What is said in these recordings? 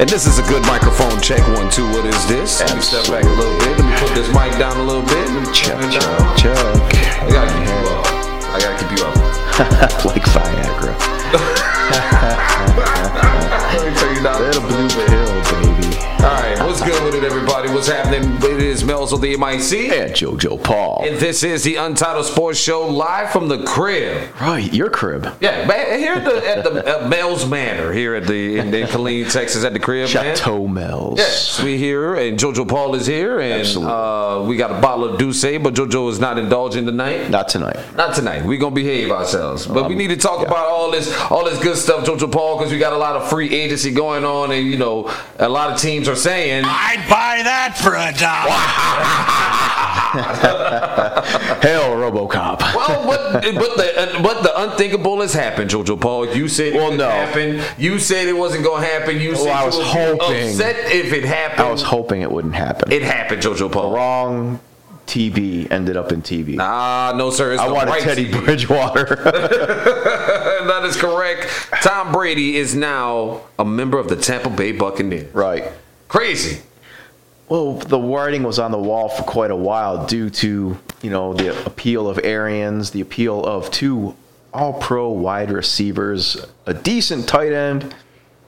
And this is a good microphone check. One, two, what is this? Let me step back a little bit. Let me put this mic down a little bit. Let me check, it out. I gotta keep you up. I gotta keep you up. like Viagra. Let me tell you now. Little blue pill, baby. Alright, what's good with it, everybody? What's happening? It is Mel's of the MIC. And JoJo Paul. And this is the Untitled Sports Show live from the crib. Right, your crib. Yeah, man, here at the at the at Mel's Manor here at the in, in Killeen, Texas, at the crib, man. Chateau Mel's. Yes, we here, and JoJo Paul is here, and Absolutely. uh, we got a bottle of Douce, but JoJo is not indulging tonight. Not tonight. Not tonight. We're gonna behave ourselves, but we need to talk about all this, all this good stuff, JoJo Paul, because we got a lot of free agency going on, and you know, a lot of teams are saying, I'd buy that for a dollar. Hell, RoboCop. well, but but the uh, but the unthinkable has happened, JoJo Paul. You said it Well, didn't no. Oh, happen. You said it wasn't gonna happen. You said I you was would be hoping. upset if it happened. I was hoping it wouldn't happen. it happened, JoJo Paul. Wrong TV ended up in TV. Ah, no, sir. It's I the wanted right Teddy team. Bridgewater. that is correct. Tom Brady is now a member of the Tampa Bay Buccaneers. right. Crazy. Well, the writing was on the wall for quite a while due to, you know, the appeal of Arians, the appeal of two all pro wide receivers, a decent tight end.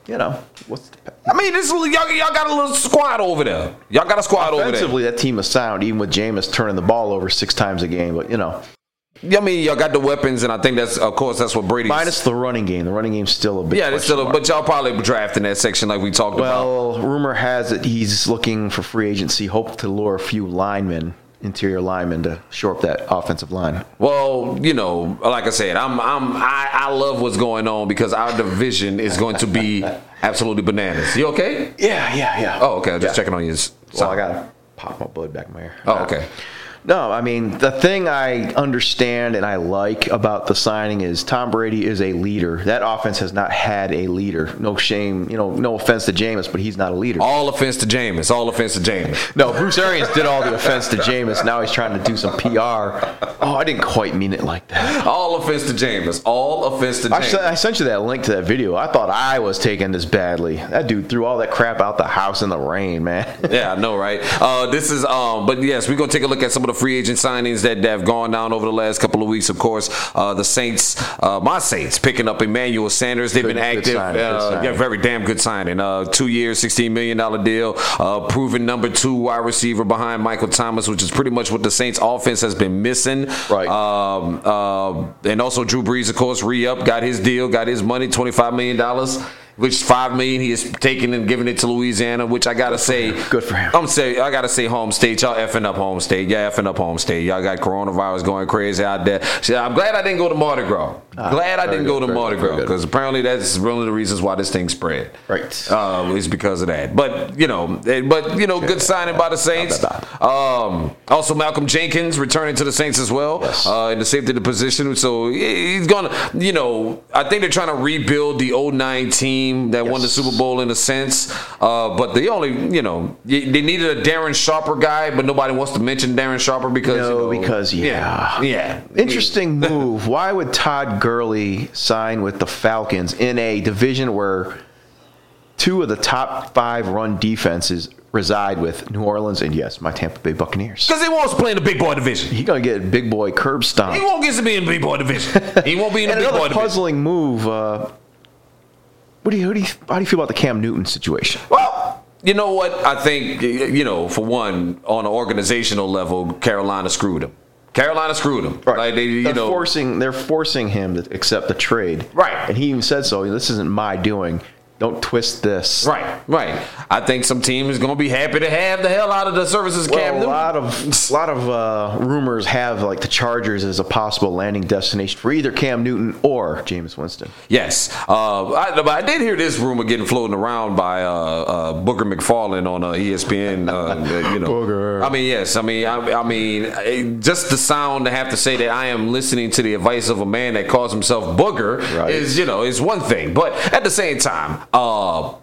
You know, what's the I mean, this y'all, y'all got a little squad over there. Y'all got a squad over there. Offensively, that team is sound, even with Jameis turning the ball over six times a game. But, you know, I mean, y'all got the weapons, and I think that's, of course, that's what Brady. minus the running game. The running game's still a big yeah, that's question still. A, mark. but y'all probably drafting that section like we talked about. Well, rumor has it he's looking for free agency, hope to lure a few linemen, interior linemen, to shore up that offensive line. Well, you know, like I said, I'm, I'm, I, I love what's going on because our division is going to be absolutely bananas. You okay? Yeah, yeah, yeah. Oh, okay. I'm just Yeah. checking on you. So, Well, I gotta pop my blood back in my ear. oh, okay. No, I mean the thing I understand and I like about the signing is Tom Brady is a leader. That offense has not had a leader. No shame, you know, no offense to Jameis, but he's not a leader. All offense to Jameis. All offense to Jameis. No, Bruce Arians did all the offense to Jameis. Now he's trying to do some PR. Oh, I didn't quite mean it like that. All offense to Jameis. All offense to I sent, I Jameis. sent you that link to that video. I thought I was taking this badly. That dude threw all that crap out the house in the rain, man. Yeah, I know, right? Uh, this is, um, but yes, we're gonna take a look at some of the free agent signings that, that have gone down over the last couple of weeks. Of course, uh, the Saints, uh, my Saints, picking up Emmanuel Sanders. They've been Good- active. good signing, good uh, yeah, signing. very damn good signing. Uh, two years, sixteen million dollar deal. Uh, proven number two wide receiver behind Michael Thomas, which is pretty much what the Saints offense has been missing. Right. Um, uh, and also Drew Brees, of course, re up, got his deal, got his money, twenty five million dollars. Which five million he is taking and giving it to Louisiana, which I gotta say, Good for him. I'm saying I gotta say home state. Y'all effing up home state. Y'all effing up home state. Y'all got coronavirus going crazy out there. Shit, I'm glad I didn't go to Mardi Gras. glad I Ah, very didn't good, go to very Mardi good, very Gras good. because apparently that's one of the reasons why this thing spread. Right. Uh, is because of that. But you know, eh, but you know, good signing by the Saints. Um, also, Malcolm Jenkins returning to the Saints as well Yes. uh, in the safety of the position. So he- he's gonna, you know, I think they're trying to rebuild the 09 team that won the Yes. Super Bowl in a sense. Uh, but they only, you know, y- they needed a Darren Sharper guy, but nobody wants to mention Darren Sharper because No, you know, because yeah. yeah, yeah. Interesting move. Why would Todd Gurley sign with the Falcons in a division where two of the top five run defenses reside with New Orleans and yes, my Tampa Bay Buccaneers? Because he wants to play in the big boy division. He's gonna get big boy curb He stomp. won't get to be in the big boy division. He won't be in the And big boy another division. puzzling move. Uh, what do you, who do you, how do you feel about the Cam Newton situation? Well, you know what? I think y- you know, for one, on an organizational level, Carolina screwed him. Carolina screwed him. Like they, you are know, forcing they're forcing him to accept the trade. Right. and he even said so. This isn't my doing. Don't twist this. right, right. I think some team is going to be happy to have the hell out of the services Well, Cam a Newton. lot of a lot of uh, rumors have like the Chargers as a possible landing destination for either Cam Newton or Jameis Winston. Yes, uh, I, but I did hear this rumor getting floating around by uh, uh, Booger McFarlane on uh, ESPN. Uh, you know, Booger. I mean, yes, I mean, I, I mean, eh, just the sound to have to say that I am listening to the advice of a man that calls himself Booger Right. is, you know, is one thing. But at the same time, uh,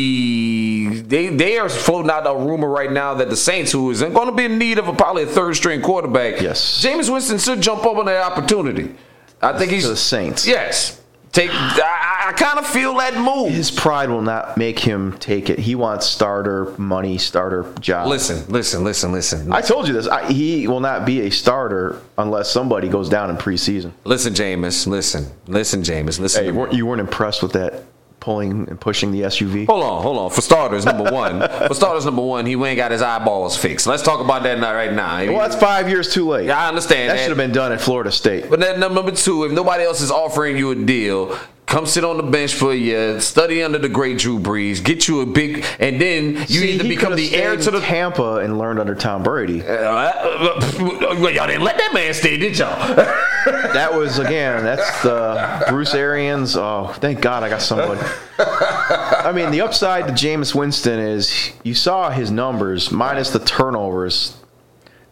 the they they are floating out a rumor right now that the Saints, who is going to be in need of a, probably a third string quarterback, Yes. James Winston should jump up on that opportunity. I think he's the Saints. Yeah, Yes. Take. I, I- I kind of feel that move. His pride will not make him take it. He wants starter money, starter job. listen, listen, listen, listen. I told you this. I, he will not be a starter unless somebody goes down in preseason. listen, Jameis. Listen, listen, Jameis. Listen. Hey, to you me. weren't, you weren't impressed with that pulling and pushing the SUV? Hold on, hold on. For starters, number one. For starters, number one, he ain't got his eyeballs fixed. Let's talk about that not right now. Well, that's five years too late. Yeah, I understand. that that. should have been done at Florida State. But then num- number two, if nobody else is offering you a deal, come sit on the bench for a year, study under the great Drew Brees, get you a big, and then you See, either he become could've the heir stayed to the. in Tampa and learned under Tom Brady. Uh, uh, well, y'all didn't let that man stay, did y'all? That was again. That's the Bruce Arians. Oh, thank God I got somebody. I mean, the upside to Jameis Winston is you saw his numbers minus the turnovers.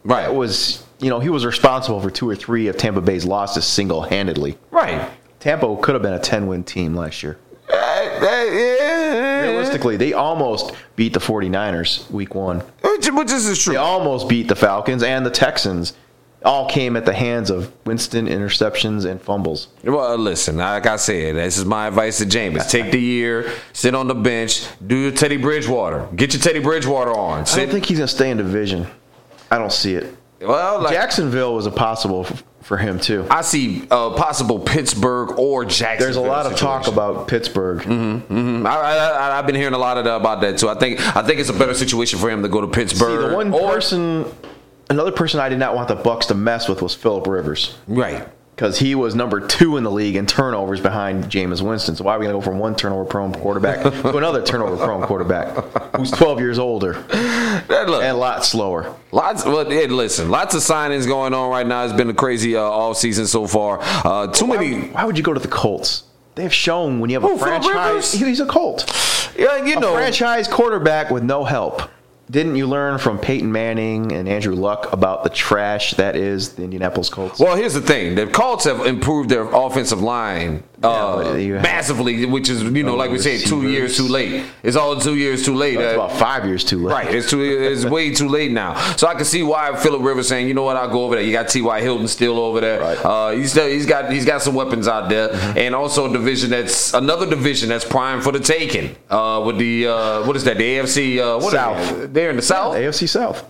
right. That was you know he was responsible for two or three of Tampa Bay's losses single handedly. right. Tampa could have been a ten win team last year. Realistically, they almost beat the 49ers week one. Which, which is They true. almost beat the Falcons and the Texans. All came at the hands of Winston interceptions and fumbles. Well, uh, listen, like I said, this is my advice to James. Take the year, sit on the bench, do your Teddy Bridgewater. Get your Teddy Bridgewater on. I don't Sit. think he's going to stay in division. I don't see it. well, like, Jacksonville was a possible f- for him, too. I see a possible Pittsburgh or Jackson. There's a lot of talk about Pittsburgh. Mm-hmm. Mm, I, I, I, I've been hearing a lot of that about that too. I think I think it's a better situation for him to go to See, Pittsburgh. the one or- person, another person I did not want the Bucks to mess with was Philip Rivers right? because he was number two in the league in turnovers behind Jameis Winston. So why are we going to go from one turnover prone quarterback to another turnover prone quarterback who's 12 years older That- look, and a lot slower? lots. Well, hey, listen, lots of signings going on right now. It's been a crazy uh, off season so far. Uh, too many. Why would you go to the Colts? They have shown when you have a Who, Philip Rivers? franchise, he's a Colt. Yeah, you a know. franchise quarterback with no help. Didn't you learn from Peyton Manning and Andrew Luck about the trash that is the Indianapolis Colts? Well, here's the thing: the Colts have improved their offensive line uh, but you have- massively, which is you know, like we said, two receivers. years too late. It's all two years too late. That's Uh, about five years too late. Right. It's too. It's way too late now. So I can see why Philip Rivers saying, you know what, I'll go over there. You got T.Y. Hilton still over there. Right. Mm-hmm. Uh, he's still, he's got he's got some weapons out there, and also a division that's another division that's prime for the taking. Uh, with the uh, what is that? The AFC uh, what are South. they? They're in the South. Yeah, AFC South.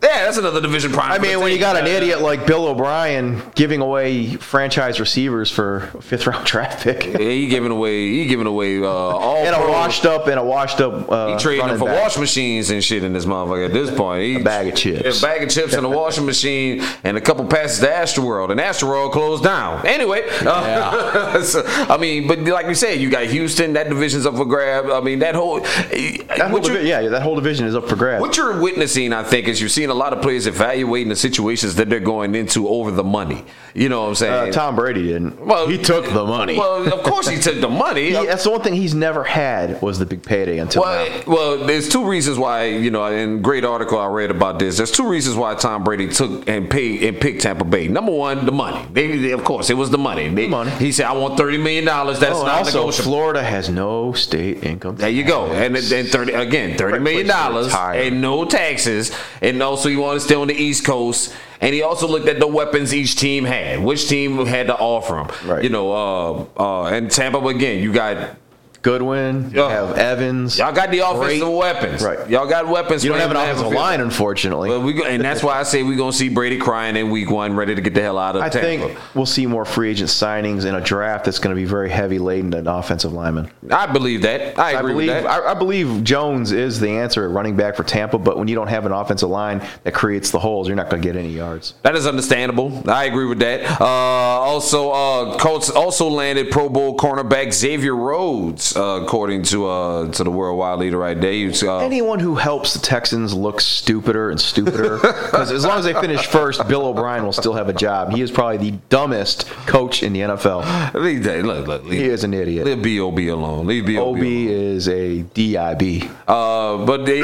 that's another division prime. I for the mean, when you taking. got an idiot like Bill O'Brien giving away franchise receivers for a fifth round draft pick, and Yeah, he giving away he giving away uh, all a pro. washed up and a washed up uh, He trading them running for back. wash machines and shit in this motherfucker at this point. He, A bag of chips. A bag of chips and a washing machine and a couple passes to Astroworld. And Astroworld closed down. Anyway, uh, so, I mean, but like you said, you got Houston. That division's up for grab. I mean, that whole. That whole what, divi- you're, yeah, yeah, that whole division is up for grabs. what you're witnessing, I think, is you're seeing a lot of players evaluating the situations that they're going into over the money. You know what I'm saying? Uh, Tom Brady didn't. Well, he took the money. Well, of course he took the money. He- that's the one thing he's never had was the big payday until now. Well, well, there's two reasons why you know. In great article I read about this, there's two reasons why Tom Brady took and paid and picked Tampa Bay. Number one, the money. They, they- of course, it was the money. They- Money. He said, "I want thirty million dollars. That's Oh, and not also, negotiable." Florida has no state income. There you go, and then thirty again, thirty million dollars, Retire. and no taxes, and also he wanted to stay on the East Coast, and he also looked at the weapons each team had, which team had to offer him, Right. you know, uh, uh, and Tampa again, you got Goodwin, you Yeah. have Evans. y'all got the offensive Great. weapons, Right. Y'all got weapons. You don't for have him an to a offensive field. line, unfortunately. Well, we go, and that's why I say we're gonna see Brady crying in week one, ready to get the hell out of I Tampa. think we'll see more free agent signings in a draft that's going to be very heavy laden in offensive linemen. I believe that. I I agree believe with that. I, I believe Jones is the answer at running back for Tampa, but when you don't have an offensive line that creates the holes, you're not going to get any yards. that is understandable. I agree with that. Uh, also, uh, Colts also landed Pro Bowl cornerback Xavier Rhodes, uh, according to uh, to the worldwide leader right there. He was, uh, Anyone who helps the Texans look stupider and stupider, because as long as they finish first, Bill O'Brien will still have a job. He is probably the dumbest coach in the NFL. leave that. Look, look, leave, He is an idiot. Leave B.O.B. alone. Leave B.O.B. OB alone. is a DIB. Uh, but they,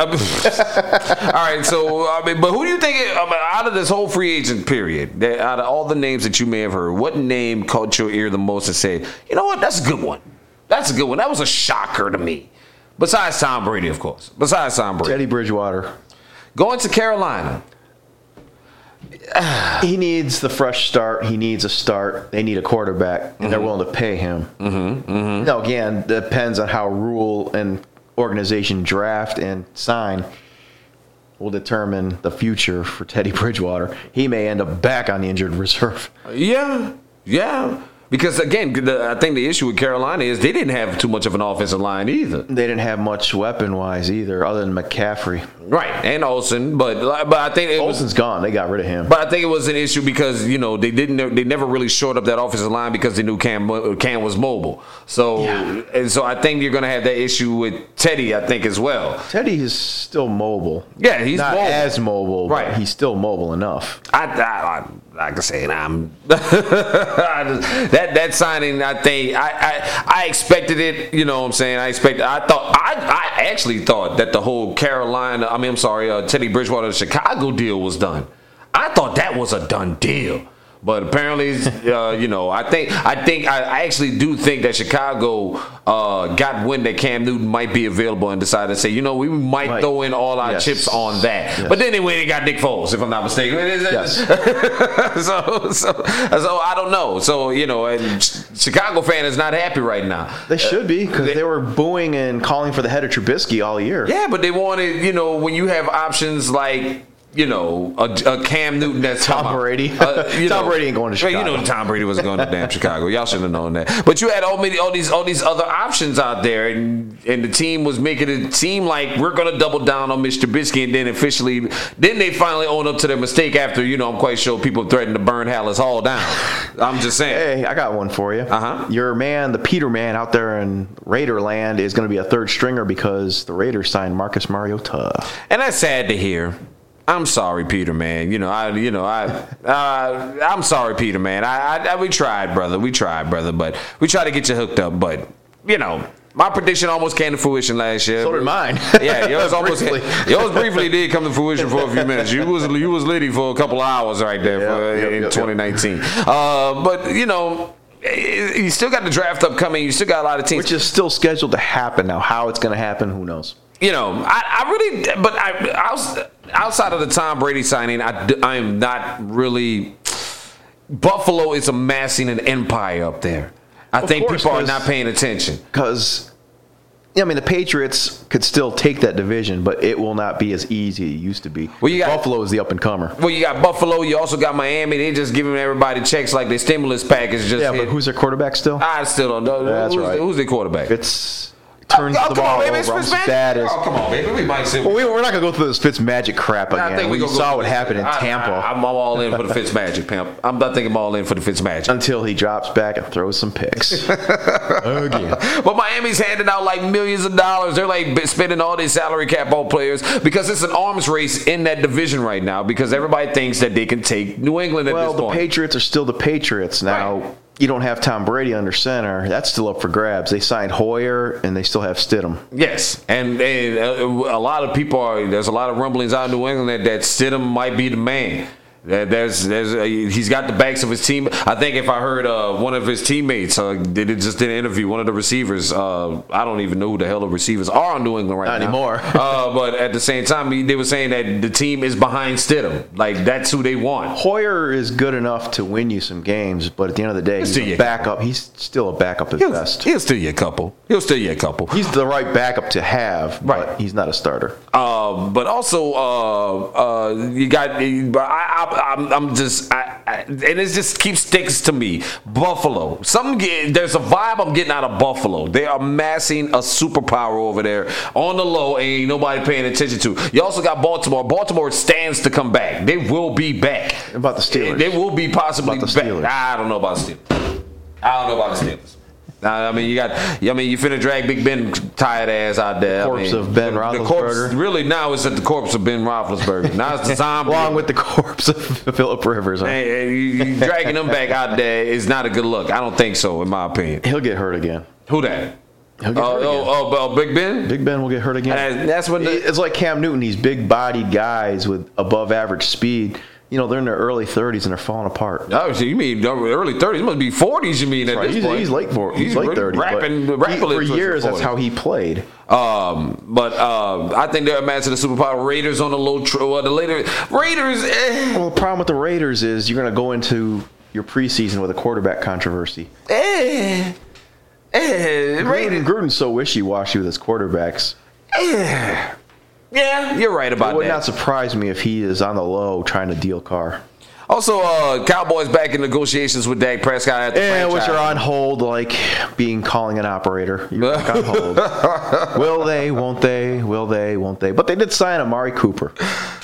all right, so I mean, but who do you think I mean, out of this whole free agent period, that out of all the names that you may have heard, what name caught your ear the most and said, you know what, that's a good one, that's a good one, that was a shocker to me. Besides Tom Brady, of course. Besides Tom Brady, Teddy Bridgewater. going to Carolina. he needs the fresh start. He needs a start. They need a quarterback, and Mm-hmm. they're willing to pay him. Now, again, depends on how rule and organization draft and sign will determine the future for Teddy Bridgewater. He may end up back on the injured reserve. Yeah, yeah. Because again, the, I think the issue with Carolina is they didn't have too much of an offensive line either. They didn't have much weapon wise either, other than McCaffry. Right, and Olsen, but but I think it was Olsen's gone. They got rid of him. But I think it was an issue because you know they didn't they never really shored up that offensive line because they knew Cam uh, Cam was mobile. So and so I think you're going to have that issue with Teddy. I think as well. Teddy is still mobile. Yeah, he's not mobile. as mobile, Right. but he's still mobile enough. I, I, I like I said, I'm I just- that that signing. I think I, I I expected it. You know what I'm saying? I expected. I thought I I actually thought that the whole Carolina. I mean, I'm sorry, uh, Teddy Bridgewater Chicago deal was done. I thought that was a done deal. But apparently, uh, you know, I think I think I, I actually do think that Chicago uh, got wind that Cam Newton might be available and decided to say, you know, we might Right. throw in all our Yes. chips on that. Yes. But then anyway, they got Nick Foles, if I'm not mistaken. uh, Yes. so, so, so I don't know. So you know, and Ch- Chicago fan is not happy right now. They should be because they- they were booing and calling for the head of Trubisky all year. Yeah, but they wanted you know when you have options like. You know, a, a Cam Newton that's Tom come out. Brady. Tom Brady ain't going to Well, You know, Chicago. Tom Brady was going to damn Chicago. Y'all should have known that. But you had all many, all these, all these other options out there, and and the team was making it seem like we're going to double down on Mr. Trubisky, and then officially, then they finally own up to their mistake after you know I'm quite sure people threatened to burn Hallis Hall down. I'm just saying. Hey, I got one for you. Uh-huh. Your man, the Peter man out there in Raider land, is going to be a third stringer because the Raiders signed Marcus Mariota. and that's sad to hear. I'm sorry, Peter, man. You know, I, you know, I, uh, I'm sorry, Peter, man. I, I, I, we tried, brother. We tried, brother. But we tried to get you hooked up. But you know, my prediction almost came to fruition last year. So did mine. Yeah, yours almost Briefly. yours briefly did come to fruition for a few minutes. You was you was litty for a couple of hours right there Yeah, for, yeah, in yeah, yeah. 2019. Uh, but you know, eh, you still got the draft upcoming. You still got a lot of teams Which is still scheduled to happen now. How it's going to happen, who knows? you know, I, I really, but I, I was, outside of the Tom Brady signing, I, d- I am not really. Buffalo is amassing an empire up there. I Of think course, people are 'cause- not paying attention. Because, I mean, the Patriots could still take that division, but it will not be as easy as it used to be. Well, you got- Buffalo is the up and comer. Well, you got Buffalo. You also got Miami. They just giving everybody checks like their stimulus package just. Yeah, hit. but who's their quarterback still? I still don't know. That's who's, right. Who's the quarterback? It's turns Oh, the come ball on, baby, it's over. I'm Fitzpatrick. sad as- Oh, come on, baby. We might see. Well, we, we're not going to go through this Fitz magic crap again. I think we, we gonna go saw for what the- happened in I- Tampa. I, am all in for the Fitzmagic, pimp. I'm not thinking I'm all in for the Fitzmagic. until he drops back and throws some picks. Again. But Miami's handing out like millions of dollars. They're like b- spending all their salary cap on players because it's an arms race in that division right now because everybody thinks that they can take New England at Well, this the point. Patriots are still the Patriots now. Right. You don't have Tom Brady under center. That's still up for grabs. They signed Hoyer and they still have Stidham. yes, and, and uh, a lot of people are. There's a lot of rumblings out in New England that, that Stidham might be the man. That There's, there's, uh, he's got the backs of his team. I think if I heard uh, one of his teammates uh, did it just did an interview, one of the receivers. Uh, I don't even know who the hell the receivers are on New England right Not now. anymore. uh, but at the same time, he- they were saying that the team is behind Stidham. Like that's who they want. Hoyer is good enough to win you some games, but at the end of the day, he's still a your- backup. He's still a backup at He'll, best. he'll still your couple. He'll still your couple. He's the right backup to have, Right. but he's not a starter. Uh, but also, uh, uh, you got. But I, I, I'm, I'm just, I, I, and it just keeps sticks to me. Buffalo. Some ge- there's a vibe I'm getting out of Buffalo. They are massing a superpower over there on the low, and ain't nobody paying attention to. You also got Baltimore. Baltimore stands to come back. They will be back. About the Steelers. They will be possibly About the back. Steelers. I don't know about the Steelers. I don't know about the Steelers. Nah, I mean, you got. I mean, you finna drag Big Ben tired ass out there. I Corpse mean, of Ben the- the Roethlisberger. corpse, really now it's at the corpse of Ben Roethlisberger. Now it's the zombie. Along with the corpse of Philip Rivers. huh? Hey, hey, you- you dragging him back out there is not a good look. I don't think so, in my opinion. He'll get hurt again. Who that? He'll Oh, get hurt again. oh, oh, oh, Big Ben. Big Ben will get hurt again. And that's when the- it's like Cam Newton. These big-bodied guys with above-average speed. you know, they're in their early 30s and they're falling apart. Oh, so you mean early 30s? It must be 40s. You mean at Right, this He's, point? he's late for he's, late really thirty. Rapping, but rapping he- for into his years, that's 40s. how he played. Um, but uh, I think they're a match of the superpower. Raiders on the low. Tr- uh, the later Raiders. Eh, Well, the problem with the Raiders is you're going to go into your preseason with a quarterback controversy. eh, eh, Gruden, Raiders. Gruden's so wishy-washy with his quarterbacks. Eh. Yeah, you're right It about would that. not surprise me if he is on the low trying to deal Carr. Also, uh, Cowboys back in negotiations with Dak Prescott at the Yeah, Eh, which are franchise. on hold, like being calling an operator. You're back on hold. Will they? Won't they? Will they? Won't they? But they did sign Amari Cooper.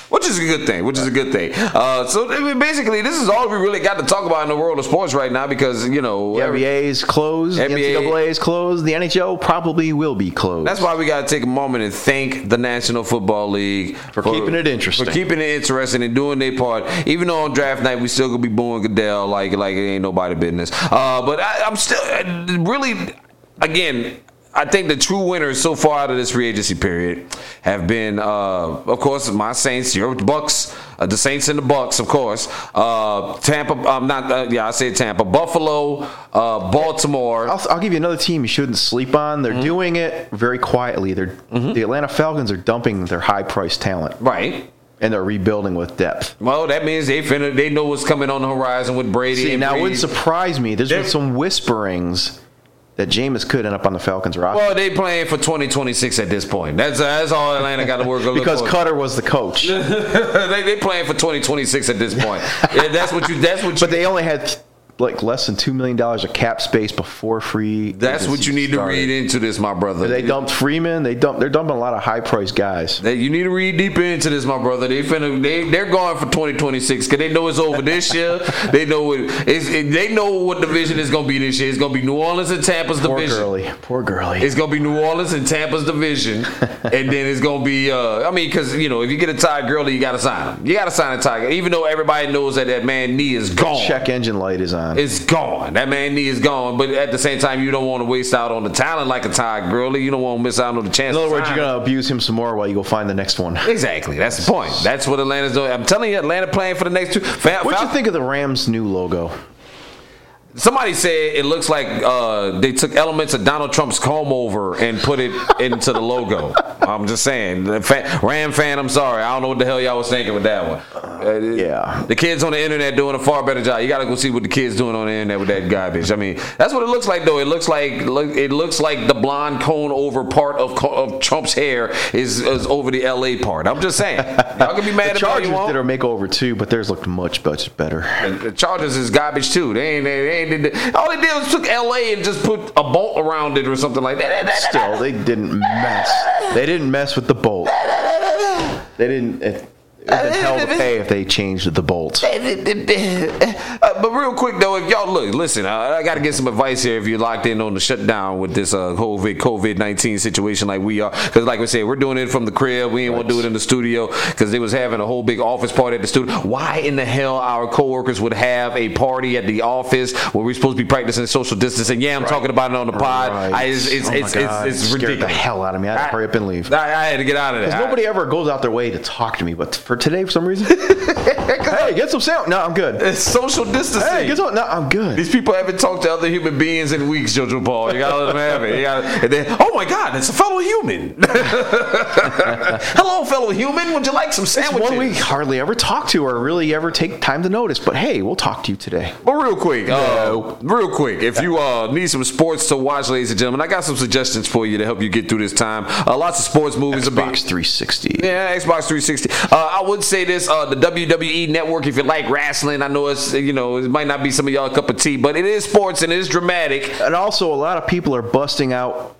which is a good thing. Which is a good thing. Uh, so I mean, basically, this is all we really got to talk about in the world of sports right now because you know The every- NBA's closed. The NBA. NCAA's closed. The NHL probably will be closed. That's why we got to take a moment and thank the National Football League for, keeping it interesting. for keeping it interesting and doing their part. Even though on draft night we still gonna be booing Goodell like like it ain't nobody business. Uh, but I, I'm still uh, really again. I think the true winners so far out of this free agency period have been, uh, of course, my Saints, your Bucks, uh, the Saints and the Bucks, of course. Uh, Tampa, um, not uh, yeah, I said Tampa, Buffalo, uh, Baltimore. I'll, I'll give you another team you shouldn't sleep on. They're doing it very quietly. They're the Atlanta Falcons are dumping their high-priced talent Right. and they're rebuilding with depth. Well, that means they finna, they know what's coming on the horizon with Brady. See, and now it Breeze. wouldn't surprise me. There's been They're- some whisperings that Jameis could end up on the Falcons roster well, they playing for 2026 at this point. That's uh, that's all Atlanta got to work on. because Cutter was the coach, they, they playing for 2026 at this point. Yeah, that's what you. That's what. You, but they only had like less than two million dollars of cap space before free. that's what agency you need started. to read into this, my brother. They dumped Freeman. They dump. They're dumping a lot of high-priced guys. They- you need to read deep into this, my brother. They finna, they they're going for 2026 because they know it's over this year. They know it, it's, it. They know what division is gonna be this year. It's gonna be New Orleans and Tampa's Poor division. girly. Poor girly. It's gonna be New Orleans and Tampa's division, and then it's gonna be. Uh, I mean, because you know, if you get a Ty Gurley, you gotta sign him. You gotta sign a Ty, Gurley, even though everybody knows that that man knee is gone. Check engine light is on. It's gone. That man knee is gone. But at the same time, you don't want to waste out on the talent like a Ty Gurley. You don't want to miss out on the chance. In other to words, sign you're him. gonna abuse him some more while you go find the next one. Exactly. That's the point. That's what Atlanta's doing. I'm telling you, Atlanta playing for the next two. Fa- What Fal- you think of the Rams' new logo? Somebody said it looks like uh, they took elements of Donald Trump's comb over and put it into the logo. I'm just saying, the fa- Ram fan. I'm sorry, I don't know what the hell y'all was thinking with that one. Uh, yeah. the kids on the internet doing a far better job. You got to go see what the kids doing on the internet with that garbage. I mean, that's what it looks like though. It looks like look, it looks like the blonde cone over part of, co- of Trump's hair is, is over the LA part. I'm just saying, y'all can be mad The at all Chargers you want. did a makeover too, but theirs looked much much better. The the Chargers is garbage too. They ain't. They ain't. Did the, all they did was took L.A. and just put a bolt around it or something like that. Still, they didn't mess. They didn't mess with the bolt. They didn't. It, it would hell to pay if they changed the bolt. Uh, but real quick though, if y'all look, listen, I, I got to get some advice here. If you're locked in on the shutdown with this uh, COVID COVID nineteen situation, like we are, because like we said, we're doing it from the crib. We ain't want to do it in the studio because they was having a whole big office party at the studio. Why in the hell our coworkers would have a party at the office where we're supposed to be practicing social distancing? Yeah, I'm talking about it on the pod. Right. I, it's it's Oh my it's, God, it's, it it's scared ridiculous. the hell out of me. I had to hurry up and leave. I, I had to get out of there. Because nobody ever goes out their way to talk to me, but for today, for some reason, hey, get some sound. No, I'm good. it's social distancing. Hey, get some. No, I'm good. These people haven't talked to other human beings in weeks, Jojo Paul. You gotta let them have it. You gotta, and then, oh my God, it's a fellow human. Hello, fellow human. Would you like some sandwiches? One we hardly ever talk to or really ever take time to notice, but hey, we'll talk to you today. But real quick, uh, real quick, if you uh, need some sports to watch, ladies and gentlemen, I got some suggestions for you to help you get through this time. Uh, lots of sports movies are being- Xbox 360. Yeah, Xbox 360. Uh, I would say this: uh, the WWE Network. If you like wrestling, I know it's you know it might not be some of y'all cup of tea, but it is sports and it is dramatic. And also, a lot of people are busting out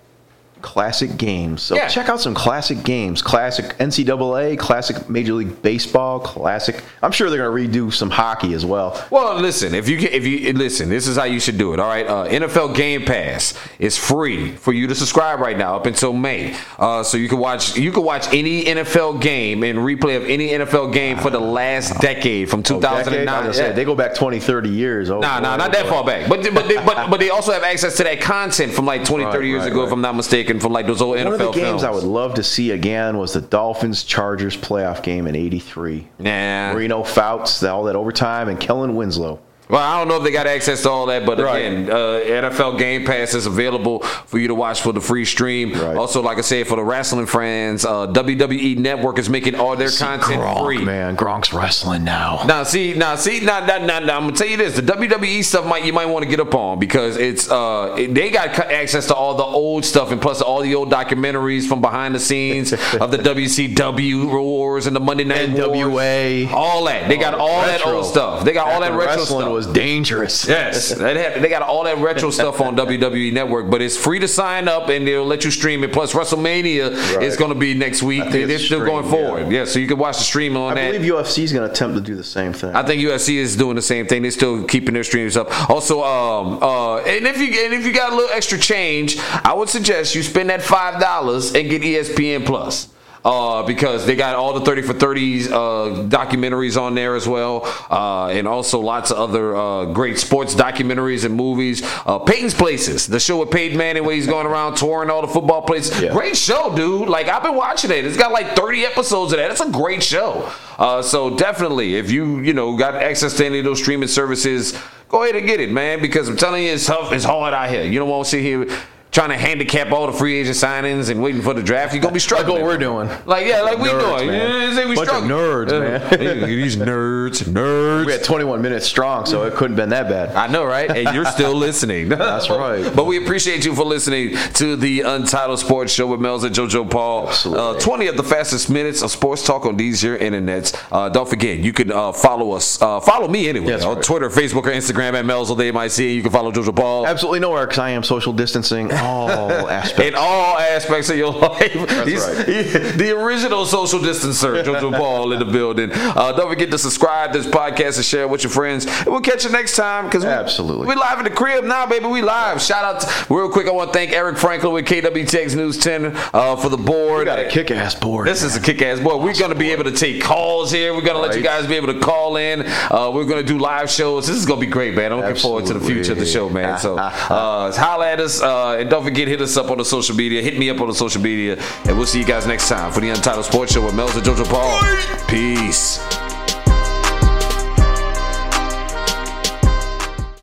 classic games. So Yeah. check out some classic games: classic NCAA, classic Major League Baseball, classic. I'm sure they're going to redo some hockey as well. Well, listen. If you can, if you listen, this is how you should do it. All right. Uh, NFL Game Pass is free for you to subscribe right now up until May. Uh, so you can watch you can watch any NFL game and replay of any NFL game for the last decade from Oh, Decade, I 2009. was gonna say, Yeah. They go back 20, 30 years. Oh, Nah, boy, nah, oh, not that boy. far back. But but they, but but they also have access to that content from like 20, Right, 30 years right, ago, right. if I'm not mistaken. taken from like those old One NFL of the games films. I would love to see again was the Dolphins Chargers playoff game in '83. Nah. Reno Fouts, all that overtime, and Kellen Winslow. Well, I don't know if they got access to all that, but Right. again, uh, NFL Game Pass is available for you to watch for the free stream. Right. Also, like I said, for the wrestling fans, uh, WWE Network is making all their content free. man, Gronk's wrestling now. Now see, now see, now, now, now, now, I'm gonna tell you this: the WWE stuff might you might want to get up on because it's uh it- they got cu- access to all the old stuff and plus all the old documentaries from behind the scenes of the WCW wars and the Monday Night NWA. wars, all that. They got all that Oh, Retro. old stuff. They got all that After retro wrestling stuff. was dangerous. Yes, that happened. They got all that retro stuff on WWE Network, but it's free to sign up and they'll let you stream it. Plus, WrestleMania Right. is going to be next week. think They- it's They're still streamed, going forward. yeah. Yeah. so you can watch the stream on I that. believe UFC is going to attempt to do the same thing. I think USC is doing the same thing. They're still keeping their streams up. Also, um, uh, and if you and if you got a little extra change, I would suggest you spend that five dollars and get E ESPN Plus. Uh, because they got all the 30 for 30s uh, documentaries on there as well, uh, and also lots of other uh, great sports documentaries and movies. Uh, Peyton's Places, the show with Peyton Manning where he's going around touring all the football places. Yeah. Great show, dude. Like I've been watching it. It's got like 30 episodes of that. It's a great show. Uh, so definitely, if you you know got access to any of those streaming services, go ahead and get it, man. Because I'm telling you, it's tough. It's hard out here. You don't want to sit here trying to handicap all the free agent signings and waiting for the draft. You're gonna be Like struggling. what we're doing. Like yeah, like we Nerds, doing. man. Yeah, we Bunch of struggling. nerds, man. Yeah, These nerds, nerds. We had 21 minutes strong, so it couldn't been that bad. I know, right? And you're still listening. That's right. But we appreciate you for listening to the Untitled Sports Show with Mel's and JoJo Paul. Absolutely. Uh, 20 of the fastest minutes of sports talk on these here internets. Uh, don't forget, you can uh, follow us. Uh, follow me anyway Yes, on right. Twitter, Facebook, or Instagram at Mel's on the MIC. You can follow JoJo Paul. Absolutely nowhere because I am social distancing all In aspects. all aspects of your life. He's- right. he- the original social distancer, Jojo Paul in the building. Uh, don't forget to subscribe to this podcast and share it with your friends. And we'll catch you next time because we, Absolutely. we live in the crib now, baby. We live. Shout out to, real quick. I want to thank Eric Franklin with KWTX News 10 uh, for the board. We got a kick ass board. This is a kick ass boy. We're going to be able to take calls here. We're going to let you Right. guys be able to call in. Uh, we're going to do live shows. This is going to be great, man. I'm looking forward to the Absolutely. future of the show, man. So uh, holla at us. Uh, and don't forget, hit us up on the social media. Hit me up on the social media. And we'll see you guys next time for the Untitled Sports Show with Melza Jojo Paul. Peace.